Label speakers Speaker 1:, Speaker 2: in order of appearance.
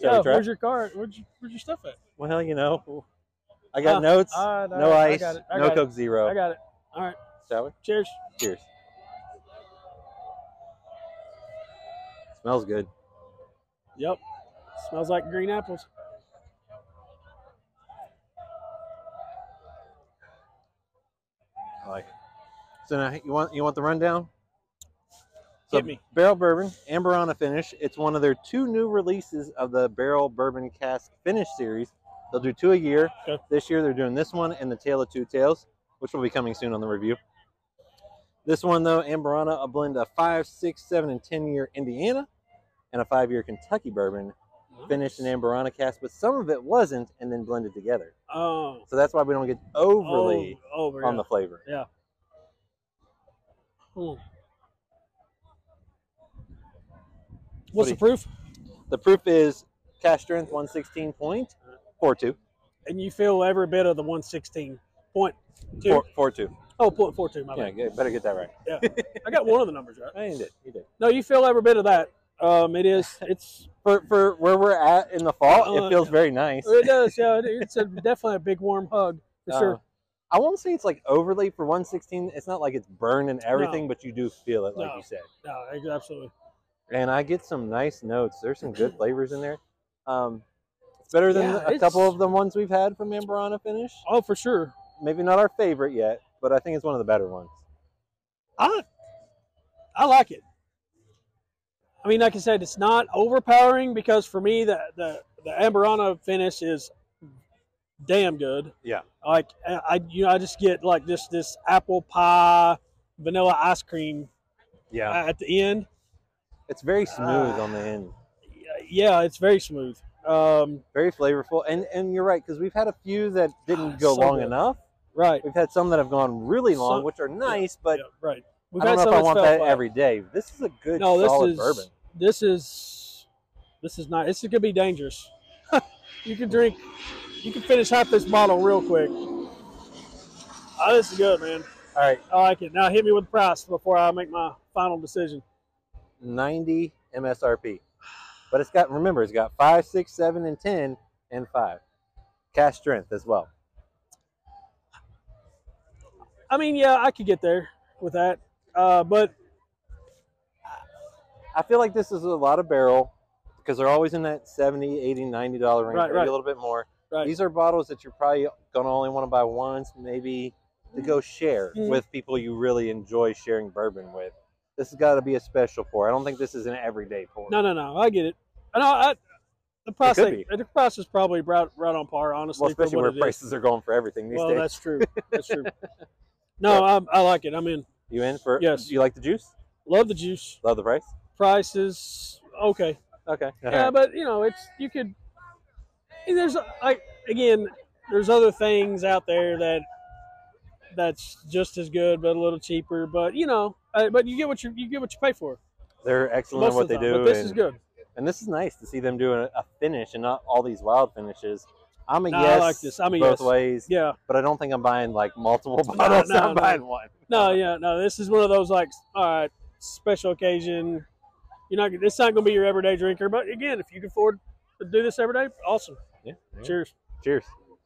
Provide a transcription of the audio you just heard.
Speaker 1: Shall we
Speaker 2: yeah,
Speaker 1: try?
Speaker 2: where's your car? Where's your, where's your stuff at?
Speaker 1: Well, you know, I got
Speaker 2: Ah,
Speaker 1: notes,
Speaker 2: all right, all
Speaker 1: no
Speaker 2: right, I
Speaker 1: ice,
Speaker 2: got it, I
Speaker 1: no
Speaker 2: got it,
Speaker 1: Coke Zero.
Speaker 2: I got it. All right.
Speaker 1: Shall we?
Speaker 2: Cheers.
Speaker 1: Cheers. Smells good.
Speaker 2: Yep. Smells like green apples.
Speaker 1: I like it. So now you want you want the rundown?
Speaker 2: Hit me.
Speaker 1: Barrel bourbon, Amberana finish. It's one of their two new releases of the barrel bourbon cask finish series. They'll do two a year.
Speaker 2: Okay.
Speaker 1: This year they're doing this one and the Tale of Two Tales, which will be coming soon on the review. This one though, Amberana, a blend of five, six, seven, and ten year Indiana, and a five year Kentucky bourbon finished in Amberana cask, but some of it wasn't, and then blended together.
Speaker 2: Oh.
Speaker 1: So that's why we don't get overly
Speaker 2: Oh, over.
Speaker 1: on
Speaker 2: yeah.
Speaker 1: the flavor.
Speaker 2: Hmm.
Speaker 1: What
Speaker 2: What's the
Speaker 1: do you-
Speaker 2: proof?
Speaker 1: The proof is cash strength 116 point, 4.2.
Speaker 2: And you feel every bit of the 116 point two.
Speaker 1: Four, four two.
Speaker 2: Oh, point four two. My
Speaker 1: Yeah,
Speaker 2: bad.
Speaker 1: good. better get that right.
Speaker 2: I got one of the numbers right.
Speaker 1: I mean, you did. You did.
Speaker 2: No, you feel every bit of that. Um, it is. It's.
Speaker 1: For, for where we're at in the fall,
Speaker 2: Uh,
Speaker 1: it feels very nice.
Speaker 2: It does. Yeah. it- It's a, definitely a big warm hug for
Speaker 1: Uh,
Speaker 2: sure.
Speaker 1: I won't say it's like overly for 116. It's not like it's burned and everything, but you do feel it, like
Speaker 2: No.
Speaker 1: you said.
Speaker 2: No, I- absolutely.
Speaker 1: And I get some nice notes. There's some good flavors in there. Um, it's better than
Speaker 2: Yeah,
Speaker 1: a couple
Speaker 2: it's-
Speaker 1: of the ones we've had from Amberana Finish.
Speaker 2: Oh, for sure.
Speaker 1: Maybe not our favorite yet, but I think it's one of the better ones.
Speaker 2: I I like it. I mean, like I said, it's not overpowering because for me, the the the Amberana finish is damn good.
Speaker 1: Yeah.
Speaker 2: Like I I- you know I just get like this this apple pie vanilla ice cream
Speaker 1: Yeah.
Speaker 2: at the end.
Speaker 1: It's very smooth
Speaker 2: Ah.
Speaker 1: on the end.
Speaker 2: Yeah, it's very smooth. Um,
Speaker 1: very flavorful. And and you're right because we've had a few that
Speaker 2: Ah,
Speaker 1: didn't go
Speaker 2: so
Speaker 1: long
Speaker 2: good.
Speaker 1: enough.
Speaker 2: right.
Speaker 1: We've had some that have gone really long,
Speaker 2: Some-
Speaker 1: which are nice, but
Speaker 2: Yeah, right. We've
Speaker 1: I
Speaker 2: had
Speaker 1: don't know
Speaker 2: some
Speaker 1: if I
Speaker 2: that's
Speaker 1: want
Speaker 2: fell
Speaker 1: that
Speaker 2: flat.
Speaker 1: every day. This is a good
Speaker 2: No, this
Speaker 1: solid
Speaker 2: is
Speaker 1: bourbon.
Speaker 2: this is this is not. This is gonna be dangerous. you can drink, you can finish half this bottle real quick. Oh, this is good, man.
Speaker 1: All right,
Speaker 2: I like it. Now hit me with the price before I make my final decision.
Speaker 1: 90 MSRP, but it's got remember it's got five, six, seven, and ten, and five. Cash strength as well.
Speaker 2: I mean, yeah, I could get there with that, uh, but
Speaker 1: I feel like this is a lot of barrel because they're always in that 70, 80, 90 dollar range,
Speaker 2: Right,
Speaker 1: maybe
Speaker 2: right.
Speaker 1: a little bit more.
Speaker 2: Right.
Speaker 1: These are bottles that you're probably gonna only want to buy once, maybe to go share
Speaker 2: Mhm.
Speaker 1: with people you really enjoy sharing bourbon with. This has got to be a special pour. I don't think this is an everyday pour.
Speaker 2: no, no, no, I get it. And I, I the price,
Speaker 1: could
Speaker 2: ain't- the price is probably right, right on par, honestly.
Speaker 1: well,
Speaker 2: for
Speaker 1: especially
Speaker 2: what
Speaker 1: where
Speaker 2: it is.
Speaker 1: prices are going for everything these
Speaker 2: Well,
Speaker 1: days.
Speaker 2: that's true. That's true. No, I'm, I like it. I'm in.
Speaker 1: You in for?
Speaker 2: Yes.
Speaker 1: You like the juice?
Speaker 2: Love the juice.
Speaker 1: Love the price?
Speaker 2: prices okay
Speaker 1: Okay.
Speaker 2: yeah but you know it's you could and there's like again there's other things out there that that's just as good but a little cheaper but you know uh, but you get what you you get what you pay for
Speaker 1: They're excellent
Speaker 2: most
Speaker 1: at what
Speaker 2: of the
Speaker 1: they
Speaker 2: time
Speaker 1: do.
Speaker 2: but this
Speaker 1: and,
Speaker 2: is good
Speaker 1: and this is nice to see them doing a finish and not all these wild finishes. I'm a
Speaker 2: No, I
Speaker 1: yes.
Speaker 2: like this. I'm a
Speaker 1: both
Speaker 2: yes.
Speaker 1: ways.
Speaker 2: yeah
Speaker 1: but I don't think I'm buying like multiple bottles.
Speaker 2: no,
Speaker 1: I'm
Speaker 2: no.
Speaker 1: buying one.
Speaker 2: no yeah no this is one of those like all right special occasion you're not it's not gonna be your everyday drinker but again if you can afford to do this every day awesome
Speaker 1: Yeah.
Speaker 2: cheers
Speaker 1: Cheers.